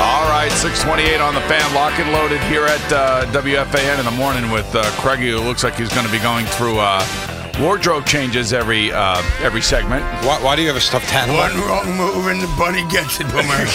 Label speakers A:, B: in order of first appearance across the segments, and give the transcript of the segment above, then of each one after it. A: All right, 628 on the fan, lock and loaded here at uh, WFAN in the morning with uh, Craigie, who looks like he's going to be going through uh, wardrobe changes every uh, every segment.
B: Why, why do you have a stuffed hat?
C: One wrong move and the bunny gets it, Boomer.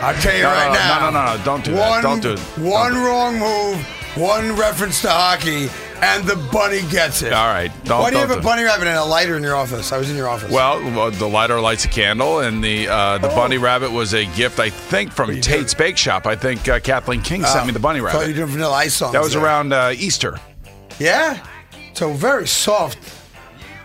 C: I'll tell you
A: No,
C: right
A: no,
C: now.
A: no, no, no, don't do that.
C: one,
A: Don't do-
C: One
A: don't do-
C: wrong move, one reference to hockey, and the bunny gets it.
A: All right, don't-
C: Why do you
A: don't
C: have a
A: do-
C: bunny rabbit and a lighter in your office? I was in your office.
A: Well, well, the lighter lights a candle, and the uh,
C: Oh.
A: the bunny rabbit was a gift, I think, from Tate's Bake Shop. I think uh, Kathleen King sent me the bunny
C: I Oh, thought you
A: rabbit.
C: were doing vanilla ice songs.
A: That was
C: there.
A: around uh, Easter.
C: Yeah. So very soft.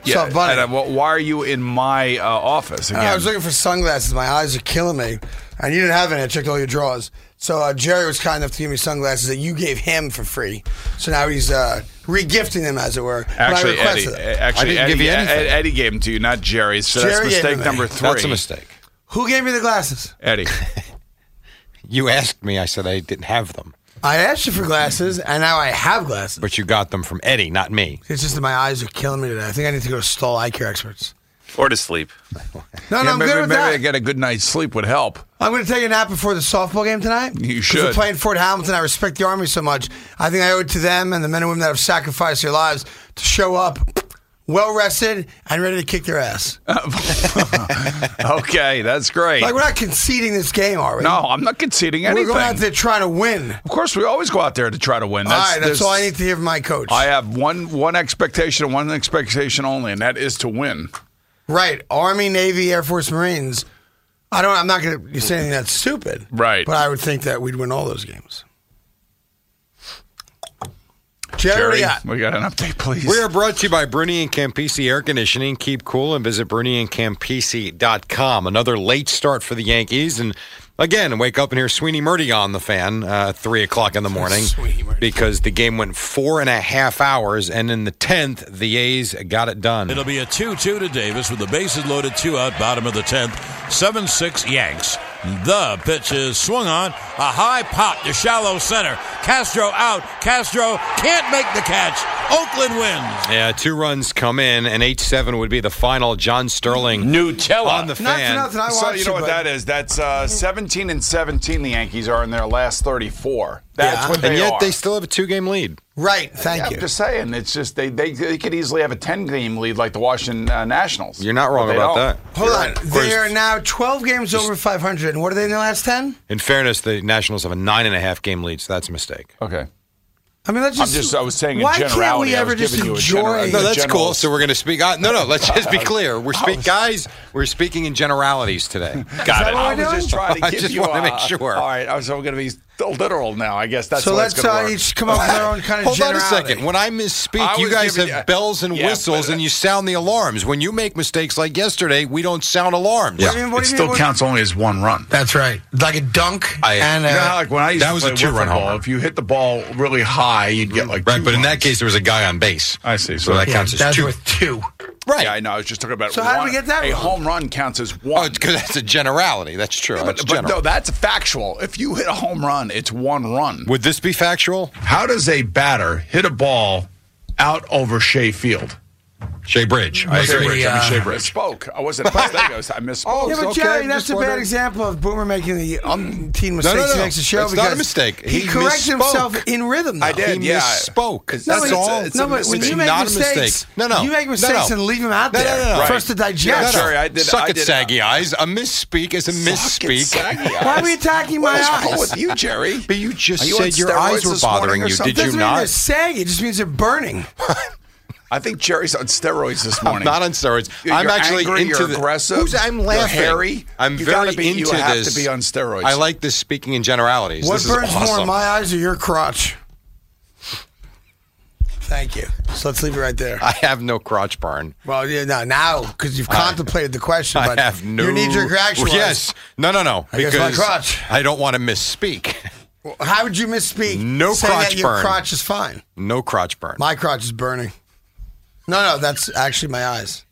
C: soft bunny.
A: And, uh, well, why are you in my uh, office again?
C: I was looking for sunglasses. My eyes are killing me. And you didn't have any. I checked all your drawers. So uh, Jerry was kind enough to give me sunglasses that you gave him for free. So now he's uh, regifting them, as it were. when I
A: Actually, Eddie,
C: requested
A: uh,
C: them.
A: actually,
B: I didn't
A: Eddie,
B: give you
A: Ed-
B: anything.
A: Eddie gave them to you, not Jerry. So
C: Jerry
A: that's
C: gave
A: mistake
C: them to
A: number
C: me.
A: three.
B: That's a mistake.
C: Who gave me the glasses?
A: Eddie.
B: You asked me. I said I didn't have them,
C: I asked you for glasses, and now I have glasses.
B: but you got them from Eddie, not me.
C: It's just that my eyes are killing me today. I think I need to go to stall eye care experts.
D: Or to sleep.
C: No,
A: Yeah,
C: no, I'm
A: maybe,
C: good with
A: maybe I
C: that.
A: get a good night's sleep would help.
C: I'm going to take a nap before the softball game tonight.
A: You
C: 'Cause We're
A: should.
C: playing Fort Hamilton. I respect the Army so much. I think I owe it to them and the men and women that have sacrificed their lives to show up well rested and ready to kick their ass.
A: Okay, that's great.
C: Like, we're not conceding this game, are we?
A: no, I'm not conceding anything.
C: We're going out there trying to win.
A: Of course, we always go out there to try to win.
C: all right, that's
A: there's-
C: all I need to hear from my coach.
A: I have one one expectation and one expectation only, and that is to win.
C: Right. Army, Navy, Air Force, Marines. I don't I'm not gonna say anything that's stupid.
A: Right.
C: But I would think that we'd win all those games. Jerry, yeah.
A: we got an update, please.
B: We are brought to you by Bruni and Campisi Air Conditioning. Keep cool and visit BruniandCampisi.com. Another late start for the Yankees. And again, wake up and hear Sweeney Murdy on the fan uh, at 3 o'clock in the morning
C: Sweeney Murdy.
B: because the game went four and a half hours. And in the 10th, the A's got it done.
E: It'll be a 2 2 to Davis with the bases loaded, two out, bottom of the 10th. 7 6 Yanks. The pitch is swung on. A high pop to shallow center. Castro out. Castro can't make the catch. Oakland wins.
B: Yeah, two runs come in, and 8 7 would be the final. John Sterling
D: Nutella.
B: on the
C: Not for
B: fan.
C: nothing. I watched
A: so you know what
C: but
A: that is? That's uh, 17 and 17. The Yankees are in their last 34. That's
C: Yeah.
A: what they
B: and yet
A: are.
B: they still have a two game lead.
C: Right, thank
A: I'm
C: you.
A: just saying, it's just they, they they could easily have a 10 game lead like the Washington uh, Nationals.
B: You're not wrong
A: But they don't.
B: about that.
C: Hold
A: You're
C: on.
A: right.
C: They are now twelve games over five hundred. And what are they in the last ten?
B: In fairness, the Nationals have a nine and a half game lead, so that's a mistake.
A: Okay.
C: I mean that's
A: I'm
C: just,
A: just- I was saying in
C: why can't
A: generality,
C: we
A: I
C: ever
A: was
C: just
A: giving you a
C: enjoy
A: general-
B: No, that's
A: generals.
B: cool. So we're going to speak. Uh, no, no. Let's just be clear. We're speak, guys. We're speaking in generalities today.
A: Got it.
C: what
A: I
C: we're
A: was
C: doing?
A: just trying to
B: I
A: give
B: just
A: you
B: wanna
A: a-
B: make sure.
A: All right, so we're going to be literal now. I guess that's
C: so
A: the way it's
C: let's
A: gonna
C: uh,
A: work.
C: each come up with our own kind of
B: Hold on a
C: generality.
B: second. When I misspeak,
A: I
B: you
A: was
B: guys have
A: giving you-
B: bells and
A: Yeah,
B: whistles,
A: but-
B: and you sound the alarms. When you make mistakes like yesterday, we don't sound alarms.
C: I mean, what do you mean, what-
A: only as one run.
C: That's right. Like a dunk
B: I-
C: and
A: You know
C: uh,
A: how, like when I used
B: that
A: to
B: was
A: play
B: a two-run
A: wiffle ball,
B: homer.
A: if you hit the ball really high, you'd get like
B: Right,
A: two
B: but in
A: runs.
B: that case, there was a guy on base.
A: I see.
B: So
A: So
B: that
A: that-
B: counts as
C: that's
B: two.
C: worth two.
B: Right.
A: yeah, I know. I was just talking about.
C: So how did
A: one-
C: we get that
A: A
C: wrong?
A: home run counts as
B: Oh,
A: one. Uh,
B: because that's a generality. That's true.
A: Yeah,
B: That's
A: but, but
B: general.
A: no, that's factual. If you hit a home run, it's one run.
B: Would this be factual?
A: How does a batter hit a ball out over Shea Field?
B: Shea Bridge. I
C: Must
B: agree. Oh,
C: be, uh,
B: Shea
A: I
B: Bridge.
A: spoke. I wasn't. I misspoke. I misspoke.
C: Yeah, but
B: Okay,
C: Jerry,
B: I'm
C: that's
B: just
C: a bad
B: wondering.
C: example of Boomer making the umpteen mistakes
B: no,
C: he
B: no.
C: makes the show
B: It's not
C: because
B: a mistake.
C: He,
B: He
C: corrects
B: misspoke.
C: himself in rhythm. Though.
A: I did.
B: He
A: Yeah.
B: misspoke.
A: It's-
C: No,
B: That's
C: it's-
B: all.
A: it's
C: no, but when
A: mistake.
C: you make
B: not
C: mistakes,
B: a mistake. No, no.
C: you make
B: No,
C: mistakes
B: no.
C: and leave them out
B: No, no,
C: there
B: no, no.
C: for
A: Right.
C: us to digest.
A: No, no. Jerry, I did-
B: Suck
A: I
B: it,
A: did-
B: saggy eyes. A misspeak is a
A: Fucking
B: misspeak.
A: saggy
C: Why
A: eyes.
C: are we attacking
A: What
C: my
A: is wrong
C: eyes?
A: with you, Jerry?
B: But you just
A: Are you on
B: said your eyes
A: steroids
B: were
A: this morning
B: bothering
A: or
B: you.
A: something?
B: Did you
C: doesn't mean they're
B: not?
C: saggy. It just means they're burning.
A: I think Jerry's on steroids this
B: I'm
A: morning.
B: not on steroids.
A: You're
B: I'm actually
A: angry,
B: into
A: you're
B: the,
A: aggressive.
B: Who's, I'm
A: you're
B: laughing.
A: hairy.
B: I'm
A: You
B: very
A: gotta be-
B: into
A: you have
B: this.
A: to be on steroids.
B: I like this speaking in generalities.
C: what
B: this
C: burns
B: is awesome.
C: more, my eyes or your crotch? Thank you. So let's leave it right there.
B: I have no crotch burn.
C: Well, yeah, no, now because you've contemplated the question, but
B: I have no.
C: your knee-jerk reaction.
B: Well,
C: was,
B: Yes. No, no, no.
C: I guess my crotch.
B: I don't want to misspeak.
C: well, How would you misspeak?
B: No
C: saying
B: crotch
C: that your
B: burn.
C: crotch is fine.
B: No crotch burn.
C: My crotch is burning. No, no, that's actually my eyes.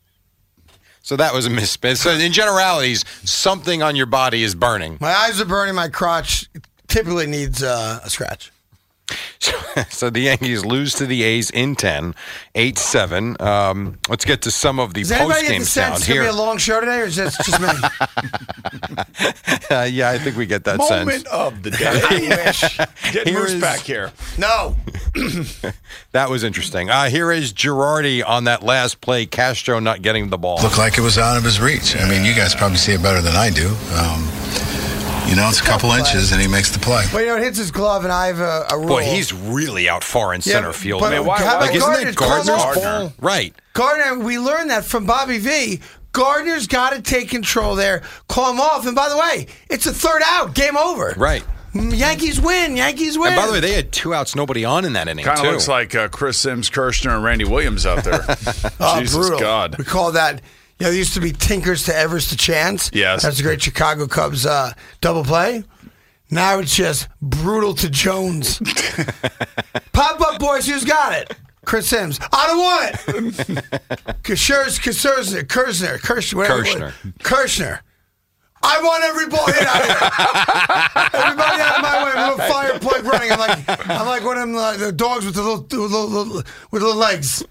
B: so that was a misspeak. So in generalities, something on your body is burning.
C: My eyes are burning. My crotch typically needs uh, a scratch.
B: so the Yankees lose to the A's in 10, 8 7. Um, let's get to some of the
C: Does anybody
B: post
C: get
B: game
C: the sense
B: sound
C: it's gonna
B: here.
C: be a long show today, or is that just me?
B: Uh, yeah, I think we get that sense.
A: Moment of the day.
C: I wish.
A: Get
B: Here
A: Moose
B: is-
A: back here.
C: No.
B: That was interesting. Uh, here is Girardi on that last play, Castro not getting the ball.
D: looked like it was out of his reach. I mean, you guys probably see it better than I do. Um, you know, it's a couple inches, and he makes the play.
C: But you know, it hits his glove, and I have a, a rule.
B: Boy, he's really out far in
C: Yeah,
B: center field.
C: but
B: man.
C: how about
B: like, isn't
C: Gardner's
B: that Gardner's
C: Gardner's
B: ball? Right.
C: Gardner, we learned that from Bobby V. Gardner's got to take control there, call him off. And by the way, it's a third out, game over.
B: Right.
C: Mm, Yankees win. Yankees win.
B: And by the way, they had two outs, nobody on in that inning,
A: Kind of
B: too.
A: looks like uh, Chris Sims, Kirshner, and Randy Williams out there.
C: Oh,
A: Jesus
C: brutal.
A: God.
C: We call that. You know, there used to be Tinkers to Evers to Chance.
A: Yes.
C: That's a great Chicago Cubs uh, double play. Now it's just brutal to Jones. Pop up, boys. Who's got it? Chris Sims. I don't want it. Kushers, Kushner, Kirshner, Kirshner, whatever.
B: Kirshner.
C: Kirshner. I want every ball hit out here. Everybody out of my way. I'm a fire plug running. I'm like, I'm like one of them uh, the dogs with the little, with little, little- with little legs,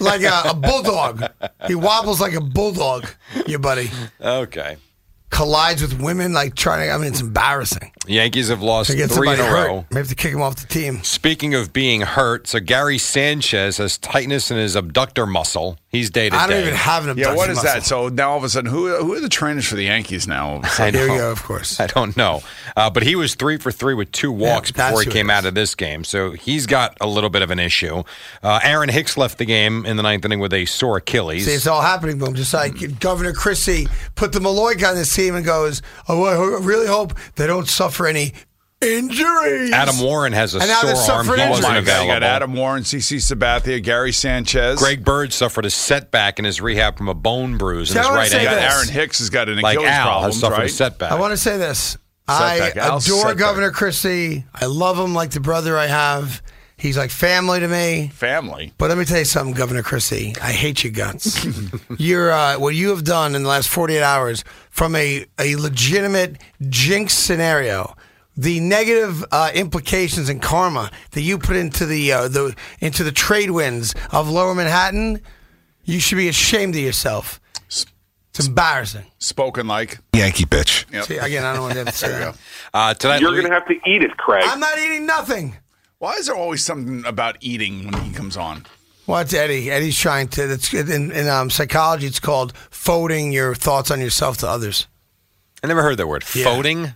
C: like a, a bulldog. He wobbles like a bulldog. Your buddy
B: Okay.
C: collides with women, like trying to. I mean, it's embarrassing.
B: Yankees have lost
C: To get
B: three in
C: somebody
B: a
C: hurt,
B: row.
C: may have to kick him off the team.
B: Speaking of being hurt, so Gary Sanchez has tightness in his abductor muscle. He's day to day.
C: I don't even have an
A: Yeah,
C: abduction.
A: what is
C: muscle.
A: that? So now all of a sudden, who who are the trainers for the Yankees now?
B: I
C: There
B: know.
C: you go. Of course.
B: I don't know. Uh, but he was three for three with two walks
C: Yeah, that's
B: before he
C: who it
B: came
C: is.
B: out of this game. So he's got a little bit of an issue. Uh, Aaron Hicks left the game in the ninth inning with a sore Achilles.
C: See, it's all happening to them. Just like Governor Christie put the Malloy guy on his team and goes, "Oh, I ho- really hope they don't suffer any injuries."
B: Adam Warren has a
C: And now
B: sore
C: they're
B: arm. He
C: suffering
B: wasn't
C: injuries.
A: my God, you
B: available.
A: got Adam Warren, CC Sabathia, Gary Sanchez.
B: Greg Bird suffered a setback in his rehab from a bone bruise in
C: Tell
B: his
C: her to
B: right
C: say
A: You
B: ankle.
A: got
C: this.
A: Aaron Hicks has got an
B: like
A: Achilles
B: Al has
A: problem,
B: suffered a
A: right?
B: setback.
C: I want to say this.
A: Setback.
C: I
A: Al's
C: adore
A: setback.
C: Governor Christie. I love him like the brother I have. He's like family to me.
A: Family.
C: But let me tell you something, Governor Christie. I hate you guts. You're uh, what you have done in the last 48 hours from a, a legitimate jinx scenario. The negative uh, implications and karma that you put into the uh, the into the trade winds of Lower Manhattan, you should be ashamed of yourself. It's embarrassing.
A: Spoken like.
D: Yankee bitch.
A: Oh.
C: See, again, I don't want to have to say that.
B: uh, tonight,
F: You're
B: Louis-
F: going to have to eat it, Craig.
C: I'm not eating nothing.
A: Why is there always something about eating when he comes on?
C: Well, it's Eddie. Eddie's trying to. It's in, in um, psychology. It's called folding your thoughts on yourself to others.
B: I never heard that word.
C: Yeah.
B: Folding?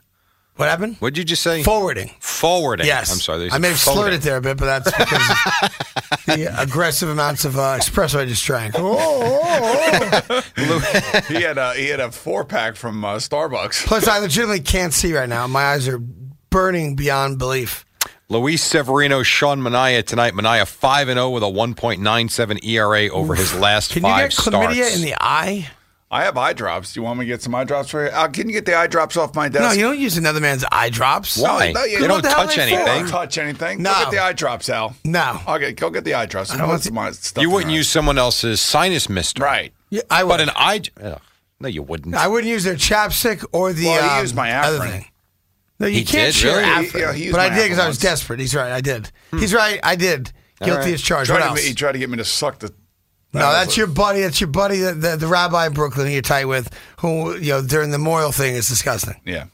C: What happened?
B: What'd you just say?
C: Forwarding.
B: Forwarding.
C: Yes.
B: I'm sorry. there's
C: I may have slurred
B: folding.
C: it there a bit, but that's because of the aggressive amounts of uh, espresso I just drank. Oh, oh, oh.
A: He had a he had a four pack from uh, Starbucks.
C: Plus, I legitimately can't see right now. My eyes are burning beyond belief.
B: Luis Severino, Sean Mania tonight. Mania 5 and 0 with a 1.97 ERA E over his last
C: Can you
B: five
C: get chlamydia
B: starts.
C: in the eye?
A: I have eye drops. Do you want me to get some eye drops for you? Uh, can you get the eye drops off my desk?
C: No, you don't use another man's eye drops.
B: Why?
A: no, you-
B: they
C: what
B: don't
C: the hell
B: touch
C: are they for?
A: don't
B: anything.
A: touch anything.
C: No.
A: Go get the eye drops, Al.
C: No.
A: Okay, go get the eye drops. No,
C: want
A: it's
C: to-
A: my stuff
B: You wouldn't
A: in your
B: use someone else's sinus mist.
A: eye. right.
C: Yeah, I
B: But
C: would.
B: an eye. Ugh. No, you wouldn't.
C: I wouldn't use their chapstick or the.
A: Well, he
C: um,
A: used my
C: other
A: Afrin.
C: thing. No, you
B: He did?
C: can't share
B: Really?
C: Afrin.
A: He- yeah, he used
C: but I
A: my
C: did because
A: Afrin
C: I was
A: once.
C: desperate. He's right. I did. He's right. I did. Guilty
B: right.
C: as charged.
A: Try
C: What
A: to,
C: else?
A: ma- he tried to get me to suck the.
C: No, that's your buddy. That's your buddy, the, the, the rabbi in Brooklyn who you're tight with, who, you know, during the memorial thing is disgusting.
A: Yeah.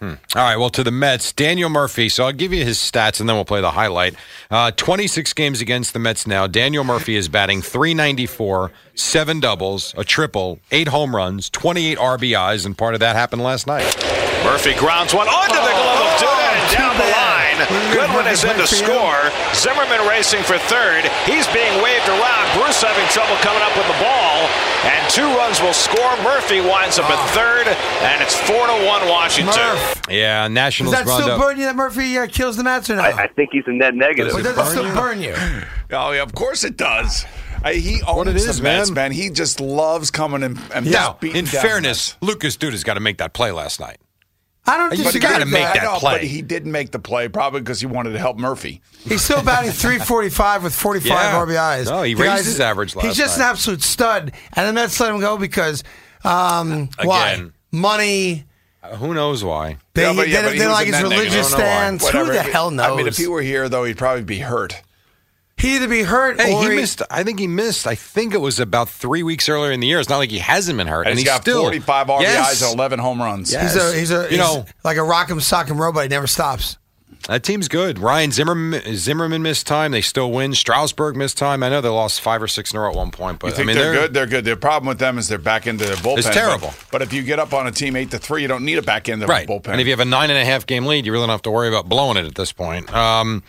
B: All right, well, to the Mets, Daniel Murphy. So I'll give you his stats and then we'll play the highlight. Uh, 26 games against the Mets now. Daniel Murphy is batting 394, seven doubles, a triple, eight home runs, 28 RBIs, and part of that happened last night.
C: Oh,
G: Murphy grounds one onto the glove of Duda and down the line.
F: line. Goodwin is in to score. Zimmerman racing for third. He's being waved around. Bruce having trouble coming up with the ball. And two runs will score. Murphy winds up at third, and it's four to one Washington.
C: Oh. Murph.
B: Yeah,
C: Does
B: Nationals
C: that
B: wound
C: still
B: up.
C: burn you that Murphy uh, kills the Mets or not?
G: I, I think he's a net negative.
C: or does it still burn you?
A: Oh, yeah, of course it does. I, he owns
B: What it is,
A: the Mets,
B: man.
A: man. He just loves coming and, and
B: Now,
A: just beating
B: in
A: down the Mets.
B: fairness, Lucas Duda's got to make that play last night.
C: I don't
B: You
C: disagree.
B: gotta
C: with
B: make
C: that.
B: that
A: No,
B: play.
A: but he did make the play probably because he wanted to help Murphy.
C: He's still batting 345 with 45
B: Yeah.
C: RBIs.
B: No, he
C: The
B: raised
C: guy's-
B: his average last
C: He's just
B: night.
C: an absolute stud. And the Mets let him go because um, why?
B: Again.
C: Money.
B: Uh, Who knows why?
C: They,
A: Yeah, but-
C: they,
A: yeah, but
C: they
A: he
C: don't
A: was
C: like
A: a
C: his
A: net negative.
C: religious
B: I don't know why.
C: stance. Who
A: Whatever.
C: the hell knows?
A: I mean, if he were here, though, he'd probably be hurt.
C: He'd either be hurt
B: Hey,
C: or
B: he missed. I think he missed. I think it was about three weeks earlier in the year. It's not like he hasn't been hurt, and,
A: And, he's got
B: still
A: 45 RBIs
B: Yes.
A: and 11 home runs.
B: Yeah.
C: He's
B: Yes.
C: a he's a
B: You
C: he's
B: know-
C: like a rock'em sock'em robot. He never stops.
B: That team's good. Ryan Zimmerman, Zimmerman missed time. They still win. Straussburg missed time. I know they lost five or six in a row at one point, but
A: You think
B: I mean
A: they're, good? They're good. The problem with them is they're back into their bullpen.
B: It's terrible.
A: But, but if you get up on a team eight to three, you don't need a back end of
B: right.
A: bullpen.
B: And if you have a nine and a half game lead, you really don't have to worry about blowing it at this point. Um,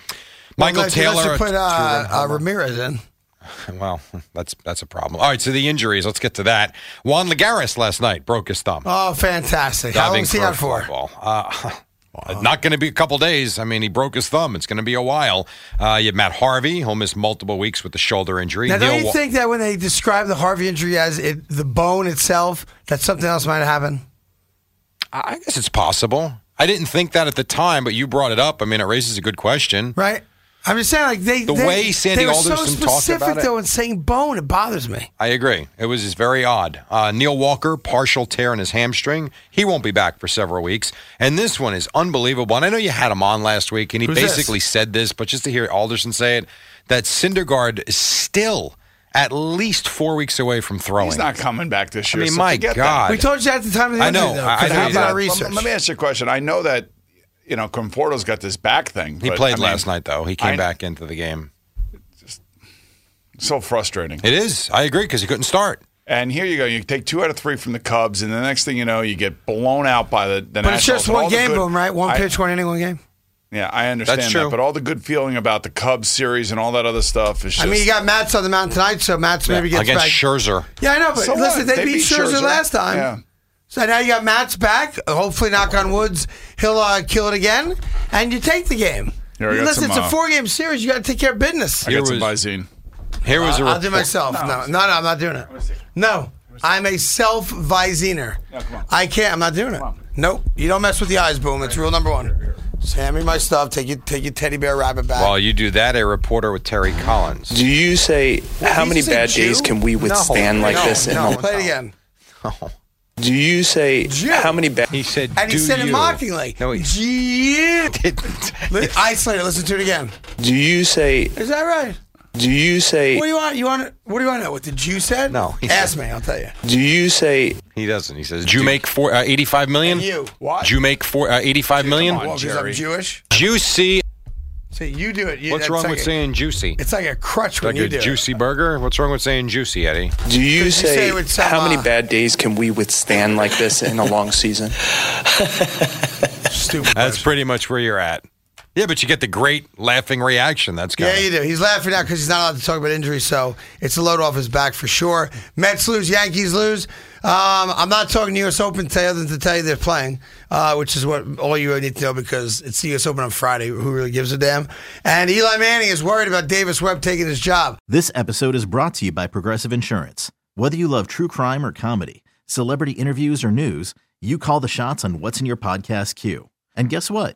B: Michael
C: Unless- unless
B: Taylor.
C: you put uh, uh, Ramirez in.
B: well, that's that's a problem. All right, so the injuries. Let's get to that. Juan Lagares last night broke his thumb.
C: Oh, fantastic! How long
B: diving
C: is he
B: for a
C: out for?
B: fly ball. Uh, Not going to be a couple days. I mean, he broke his thumb. It's going to be a while. Uh, you have Matt Harvey. He'll miss multiple weeks with the shoulder injury.
C: Now, don't
B: Neil
C: you
B: Wa-
C: think that when they describe the Harvey injury as it, the bone itself, that something else might happen?
B: I I guess it's possible. I didn't think that at the time, but you brought it up. I mean, it raises a good question.
C: Right? I'm just saying, like they
B: The
C: they,
B: way Sandy
C: they were so
B: Alderson talked
C: specific
B: about it-
C: though in saying bone, it bothers me.
B: I agree. It was just very odd. Uh, Neil Walker, partial tear in his hamstring. He won't be back for several weeks. And this one is unbelievable. And I know you had him on last week, and he
C: Who's this?
B: basically said this, but just to hear Alderson say it, that Syndergaard is still at least four weeks away from throwing.
A: he's not coming back this
B: I
A: year.
B: mean,
A: so
B: my
A: forget that.
B: God.
C: We told you at the time of the
B: I
C: injury
B: know.
C: though.
B: I- I
C: 'cause
B: know
C: how
B: you
C: about
B: did.
C: our
B: Let-
C: research?
A: Let, let me ask you a question. I know that you know Conforto's got this back thing.
B: he
A: but,
B: played
A: I mean,
B: last night, though. He came
A: I-
B: back into the game.
A: So frustrating.
B: It is. I agree because he couldn't start.
A: And here you go. You take two out of three from the Cubs, and the next thing you know, you get blown out by the. the
C: but it's
A: Nationals.
C: just
A: And all
C: one
A: the
C: game,
A: good-
C: boom, right? One
A: I-
C: pitch, one inning, one game.
A: Yeah, I understand
B: That's true.
A: that. But all the good feeling about the Cubs series and all that other stuff is just.
C: I mean, you got Mats on the mountain tonight, so Mats maybe gets
B: against
C: back.
B: Scherzer.
C: Yeah, I know, but
A: So what?
C: listen, they, beat, Scherzer, last time.
A: Yeah.
C: So now you got Matt's back. Hopefully, knock on woods, he'll uh, kill it again, and you take the game.
A: Here, I got
C: listen,
A: some,
C: it's a
A: uh,
C: four-game series. You got to take care of business.
A: I
B: Here
A: got some
B: was-
A: Visine.
B: Here was a
C: I'll do
B: report-
C: myself. No, no, no, I'm not doing it. No, I'm a self-visiner. I can't. I'm not doing it. Nope. You don't mess with the eyes, boom. It's rule number one. Just hand me my stuff. Take your take your teddy bear rabbit back.
B: While you do that, a reporter with Terry Collins.
H: Do you say how
C: Did you
H: many
C: say
H: bad
C: Jew?
H: days can we
C: No,
H: withstand like
C: no,
H: this? in
C: No,
H: Omaha?
C: play it again.
H: Do you say
C: Jew.
H: how many bad?
B: He said,
C: And he
B: "Do
C: said it
B: you?"
C: mockingly.
B: No, he
C: Gee.
B: didn't.
C: Li- Isolate it. Listen to it again.
H: Do you say?
C: Is that right?
H: Do you say?
C: What do you want? You want? What do you want to know? What the Jew said?
B: No, he
C: Ask me. I'll tell you.
H: Do you say?
B: He doesn't. He says, "Did you make four, uh, 85 million?
C: And you.
B: Did you make four, uh, 85 million?
C: Well, because I'm Jewish.
B: Juicy.
C: See, you do it. You,
B: What's
C: it's
B: wrong
C: like
B: with
C: a-
B: saying juicy?
C: It's like a crutch when
B: like
C: you
B: a
C: do. it.
B: juicy burger? What's wrong with saying juicy, Eddie?
H: Do you
C: say
H: say?
C: it with some,
H: how many
C: uh,
H: bad days can we withstand like this in a long season?
C: Stupid.
B: That's
C: person.
B: pretty much where you're at. Yeah, but you get the great laughing reaction. That's good.
C: Yeah, you do. He's laughing now because he's not allowed to talk about injuries, so it's a load off his back for sure. Mets lose, Yankees lose. Um, I'm not talking U.S. Open today, other than to tell you they're playing, uh, which is what all you need to know because it's the U.S. Open on Friday. Who really gives a damn? And Eli Manning is worried about Davis Webb taking his job.
I: This episode is brought to you by Progressive Insurance. Whether you love true crime or comedy, celebrity interviews or news, you call the shots on what's in your podcast queue. And guess what?